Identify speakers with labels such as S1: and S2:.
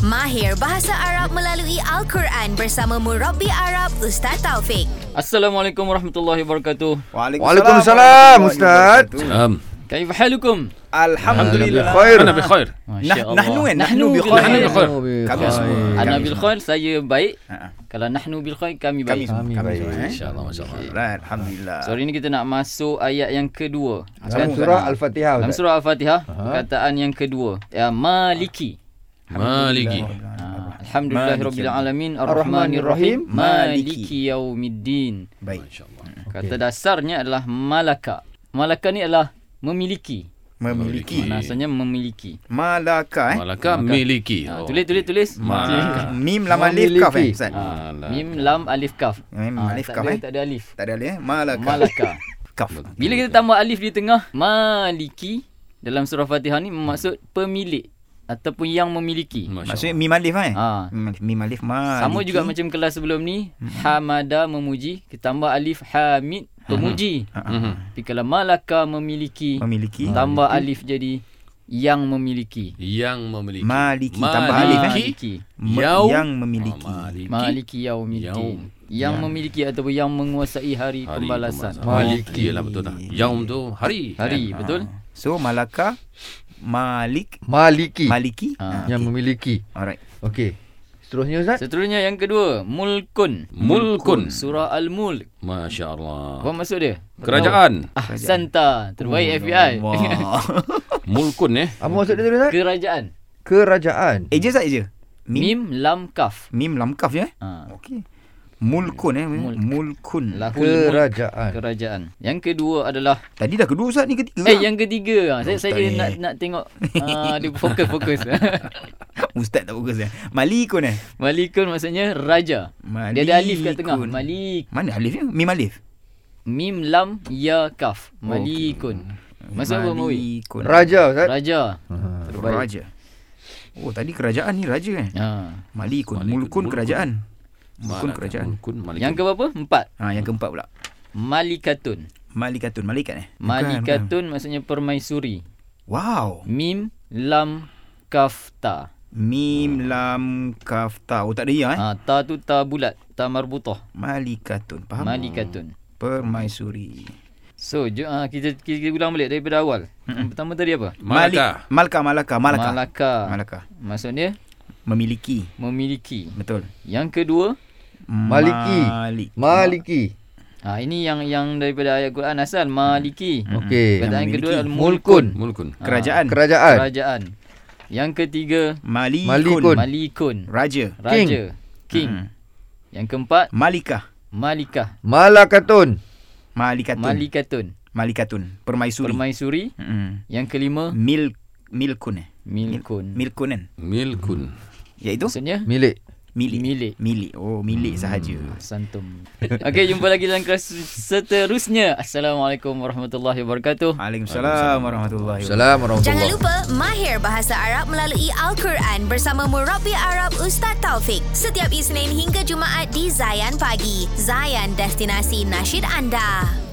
S1: Mahir Bahasa Arab melalui Al-Quran bersama Murabi Arab Ustaz Taufik.
S2: Assalamualaikum warahmatullahi wabarakatuh.
S3: Waalaikumsalam Ustaz.
S4: نعم
S2: كيف حالكم؟
S3: Alhamdulillah.
S4: بخير انا بخير
S3: Nah,
S2: Masya Allah.
S3: nahnu kan? Nahnu
S2: Nahnu
S3: bikhair.
S2: bil khair.
S3: Kami semua.
S2: Ana
S3: Kami
S2: bil khair saya baik.
S3: Ha.
S2: Kalau nahnu bil khair kami
S3: Kami
S2: baik.
S3: semua. Kami semua. eh.
S4: ان شاء الله ما شاء الله
S3: Alright, Alhamdulillah.
S2: So hari ni kita nak masuk ayat yang kedua. Kan?
S5: Dalam surah Al-Fatihah
S2: Dalam
S5: Ustaz.
S2: surah Al-Fatihah, perkataan yang kedua. Ya Maliki.
S4: مالكي
S2: Ha, Alhamdulillahirabbil alamin arrahmanir
S5: Ar-Rahmanir
S2: rahim
S5: Rahim.
S2: maliki yaumiddin.
S3: Baik.
S2: Kata dasarnya adalah malaka. Malaka ni adalah memiliki.
S3: Memiliki.
S2: Maksudnya memiliki.
S3: Malaka Ah, eh.
S4: ملكة ملكي
S2: Ha, tulis tulis tulis.
S4: Malaka.
S3: Mim lam alif kaf eh. Ustaz.
S2: Ha,
S4: Lah,
S2: mim lam alif kaf.
S3: Mim
S2: Ah,
S3: alif
S2: tak
S3: kaf
S2: ada-
S3: eh.
S2: Tak ada alif.
S3: Tak ada alif eh. Malaka.
S2: Malaka.
S3: Kaf.
S2: Bila kita tambah alif di tengah, maliki dalam surah Fatihah ni maksud
S4: Hmm.
S2: pemilik ataupun yang memiliki.
S4: ما شاء
S3: Maksudnya mim alif eh.
S2: Ha.
S3: Mim- Mim alif maliki.
S2: Sama juga macam kelas sebelum ni,
S3: Hmm.
S2: hamada memuji, kita tambah alif hamid pemuji.
S3: Ah.
S4: الله
S2: Tapi kalau malaka memiliki,
S3: Hmm. Ha. memiliki.
S2: tambah alif jadi yang memiliki.
S4: yang memiliki
S3: Maliki, tambah alif, eh.
S4: Yau.
S3: Yang memiliki.
S4: Ah, Maliki
S2: Maliki yaumiddin.
S4: Yaum.
S2: Yang memiliki ataupun yang menguasai hari,
S4: Hari
S2: pembalasan.
S4: pembalasan. Maliki lah Ha. betul tak Yaum tu hari Eh?
S2: Hari, betul?
S3: So malaka malik
S5: Maliki
S3: maliki. Ah.
S2: Ha.
S5: yang memiliki.
S3: Alright.
S5: Okey. Seterusnya Ustaz.
S2: Seterusnya yang kedua, mulkun.
S4: Mulkun.
S2: Surah Al-Mulk. Apa
S4: Masya Allah
S2: maksud dia?
S4: Kerajaan
S2: Ahsanta. Terbaik FBI.
S3: Wah.
S4: Mulkun eh
S5: Apa maksud dia tu Ustaz?
S2: Kerajaan.
S5: Kerajaan.
S3: Eja Zat Eh, je. Mim
S2: Mim, lam, kaf.
S3: mim lam kaf je eh.
S2: Ha.
S3: Okey. Mulkun eh.
S2: Mulk.
S3: Mulkun.
S5: Lah.
S2: Lahul mulk.
S5: Kerajaan.
S2: Kerajaan. Yang kedua adalah
S3: Tadi dah kedua Ustaz ni ketiga.
S2: Eh yang ketiga ah. Saya
S3: Ustaz
S2: saya
S3: ni.
S2: nak nak tengok ah dia fokus fokus.
S3: Ustaz tak fokus eh. Malikun eh.
S2: Malikun maksudnya raja. Dia ada alif kat tengah.
S3: Malikun.
S2: Malik
S3: Mana alif ya? Mim alif.
S2: mim lam ya kaf. Malikun. Maksud apa Mawi?
S3: Malikun.
S5: Raja Ustaz.
S2: Raja. Terbaik.
S3: Raja. Oh tadi kerajaan ni raja eh.
S2: Ha.
S3: Malikun.
S4: Malikun.
S3: Mulkun kerajaan. Mulkun
S4: Malaka,
S3: kerajaan.
S4: Mulkun Maliki
S2: Yang ke berapa? Empat.
S3: Ha yang keempat pula.
S2: Malikatun.
S3: Malikatun. Malikat eh. Bukan, bukan.
S2: Malikatun maksudnya permaisuri.
S3: Wow.
S2: Mim, lam, kaf, ta.
S3: Mim lam kaf ta. Oh tak ada ya eh.
S2: Ha, ta tu ta bulat, ta marbutah.
S3: Malikatun. Faham?
S2: Malikatun.
S3: Permaisuri.
S2: So, ju, ha, kita, kita ulang balik daripada awal. Yang pertama tadi apa?
S4: Malaka
S3: Malika, Malaka, Malaka.
S2: Malaka.
S3: Malaka.
S2: Maksudnya
S3: Memiliki.
S2: memiliki.
S3: Betul.
S2: Yang kedua,
S5: Maliki.
S3: Malik.
S5: Maliki.
S2: ha, ini yang yang daripada ayat Quran asal maliki.
S5: Okey.
S2: Perkataan
S3: Yang
S2: kedua
S3: memiliki.
S2: adalah mulkun,
S5: Mulkun.
S4: Mulkun
S3: Kerajaan.
S5: Ah, Kerajaan.
S2: kerajaan. Yang ketiga,
S3: Malikun.
S5: Malikun.
S2: malikun,
S3: Raja.
S2: raja, king.
S3: Mm.
S2: Yang keempat,
S3: Malika.
S2: malikah,
S5: Malakatun.
S3: Malikatun.
S2: malikatun,
S3: Malikatun. Permaisuri.
S2: permaisuri.
S3: Mm.
S2: Yang kelima,
S3: Mil milkun eh.
S2: milkun.
S3: Milkun kan?
S4: Milkun
S3: Iaitu
S2: Maksudnya
S5: Milik.
S3: Ya, milik.
S2: milik.
S3: Milik. Oh, milik sahaja.
S2: Santum. Okey, jumpa lagi dalam kelas seterusnya. Assalamualaikum warahmatullahi wabarakatuh.
S3: Waalaikumsalam warahmatullahi wabarakatuh.
S5: Assalamualaikum
S1: Jangan
S5: warahmatullahi
S1: lupa Mahir Bahasa Arab melalui Al-Quran bersama Murabi Arab Ustaz Taufik. Setiap Isnin hingga Jumaat di Zayan Pagi. Zayan, destinasi nasyid anda.